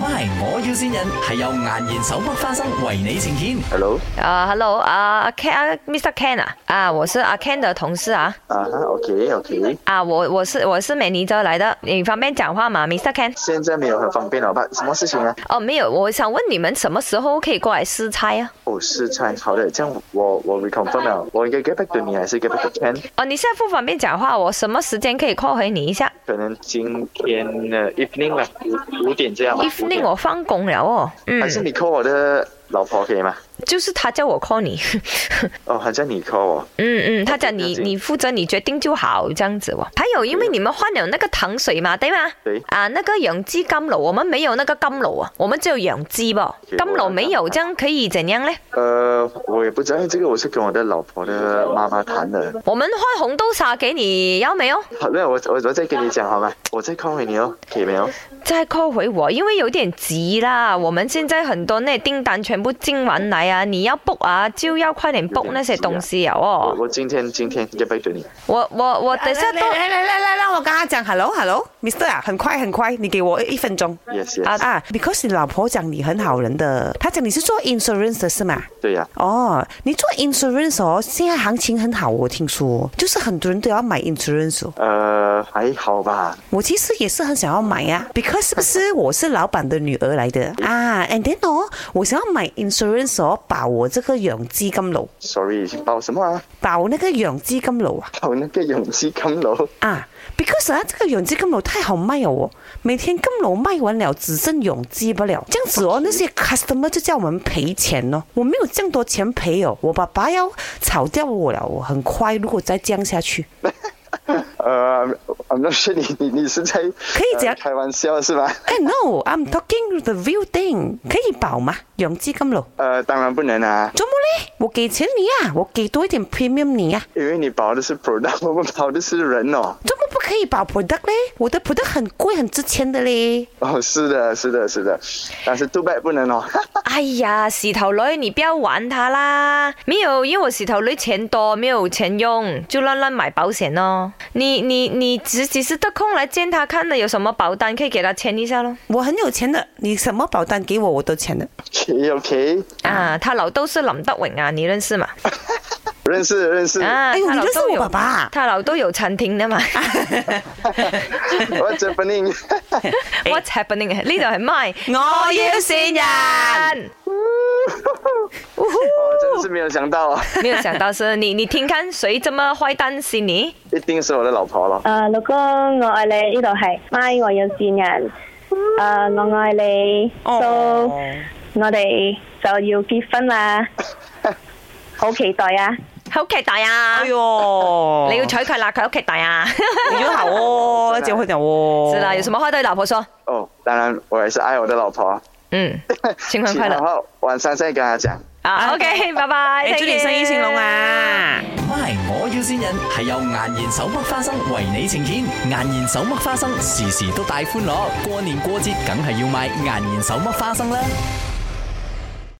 MY，我要先人係由顏然手剝花生為你呈現。 Hello，啊、h e l l o 啊、Ken 啊，Mr. Ken 啊，啊，我是阿 Ken 的同事啊，啊哈，OK，OK，啊，我我是我是美尼州来的，你方便讲话吗，Mr. Ken？现在没有很方便，老板，什么事情啊？哦，没有，我想问你们什么时候可以过来试菜啊？哦，是菜，好的，这样我我 reconfirm 了，我应该 get back to 你还是 get back to Ken？哦，你现在不方便讲话，我什么时间可以 call 回你一下可能今天的 evening 吧，五五点这样吧。五？Evening 点我放工了哦，嗯哦还，是你 call 我的老婆可以吗？就是他叫我 call 你，哦，好像你 call 我。嗯嗯，他讲了你解你负责你决定就好这样子哦。还有，因为你们换了那个糖水嘛，对吗？对啊，那个养鸡甘露，我们没有那个甘露啊，我们只有养鸡吧。结果呢甘露没有，这样可以怎样呢？呃，我也不知道，因为这个我是跟我的老婆的妈妈谈的。我们换红豆沙给你，要没有？好的，我我我再跟你讲好吗？我再 call 回你哦，可以没有？再 call 回我，因为有点急啦。我们现在很多那订单全部进完来啊，你要 book 啊，就要快点 book 有点急啊那些东西啊我哦。我今天今天 get back to 你。我我我等一下来都来来来来让我跟他讲 hello hello Mr 啊，很快很快，你给我一分钟 Yes 啊 yes，啊，because 你老婆讲你很好人的，她讲你是做 insurance 的是吗？对呀、哦，你做 insurance 哦，现在行情很好，我听说，就是很多人都要买 insurance 哦。呃，还好吧。我其实也是很想要买呀、b e c a u s e 是不是我是老板的女儿来的啊？And then 哦，我想要买 insurance 哦，保我这个养鸡金楼， Sorry，包什么啊？保那个养鸡金楼啊。包那个永基金楼。啊，because 啊，这个永基金楼太好卖了哦，每天金楼卖完了，只剩永基不了，这样子哦，那些 customer 就叫我们赔钱哦，我没有这样多钱赔哦，我爸爸要炒掉我了，我很快，如果再这样下去，呃，I'm not sure 你你你是在可以这样开玩笑是吧？哎，no，I'm talking the real thing，可以保吗？永基金楼，呃，当然不能啊，怎么嘞？我给钱你啊，我给多一点 premium 你啊，因为你保的是 product，我们 保的是人哦。怎么不可以保 product 嘞？我的 product 很贵，很值钱的嘞。哦，是的，是的，是的，但是 too bad 不能哦。 哎呀，洗头女，你不要玩他啦！没有，因为我洗头女钱多，没有钱用，就乱乱买保险咯。你你你只只是得空来见他，看了有什么保单可以给他签一下咯。我很有钱的，你什么保单给我，我都签的。 OK OK，啊，他老豆是林德荣啊，你认识吗？认识认识，啊，哎呦，他你老认识豆我有爸爸、哎啊？他老豆有餐厅的 嘛 我 Japanese。 ？What's happening？呢度係 my，我要線人，哦，真的是没有想到啊，没有想到是你，你听看谁这么坏蛋是你？一定是我的老婆咯。誒、呃老公，我愛你，呢度係咪我有線人。誒、我愛你，哦 so, 我哋就要結婚啦，好期待啊！好期待啊！哎呦，你要娶佢啦，佢好期待啊！你就好哦，要结婚了哦。 是啦，有什么？么话对老婆说？哦，当然我也是爱我的老婆。 嗯，新婚快然乐后晚上再跟她讲。啊！OK，拜拜，哎，祝你生意兴隆！啊！ MY，我要先人係由顏然手剝花生為你呈現。顏然手剝花生時時都帶歡樂，過年過節梗係要買顏然手剝花生啦。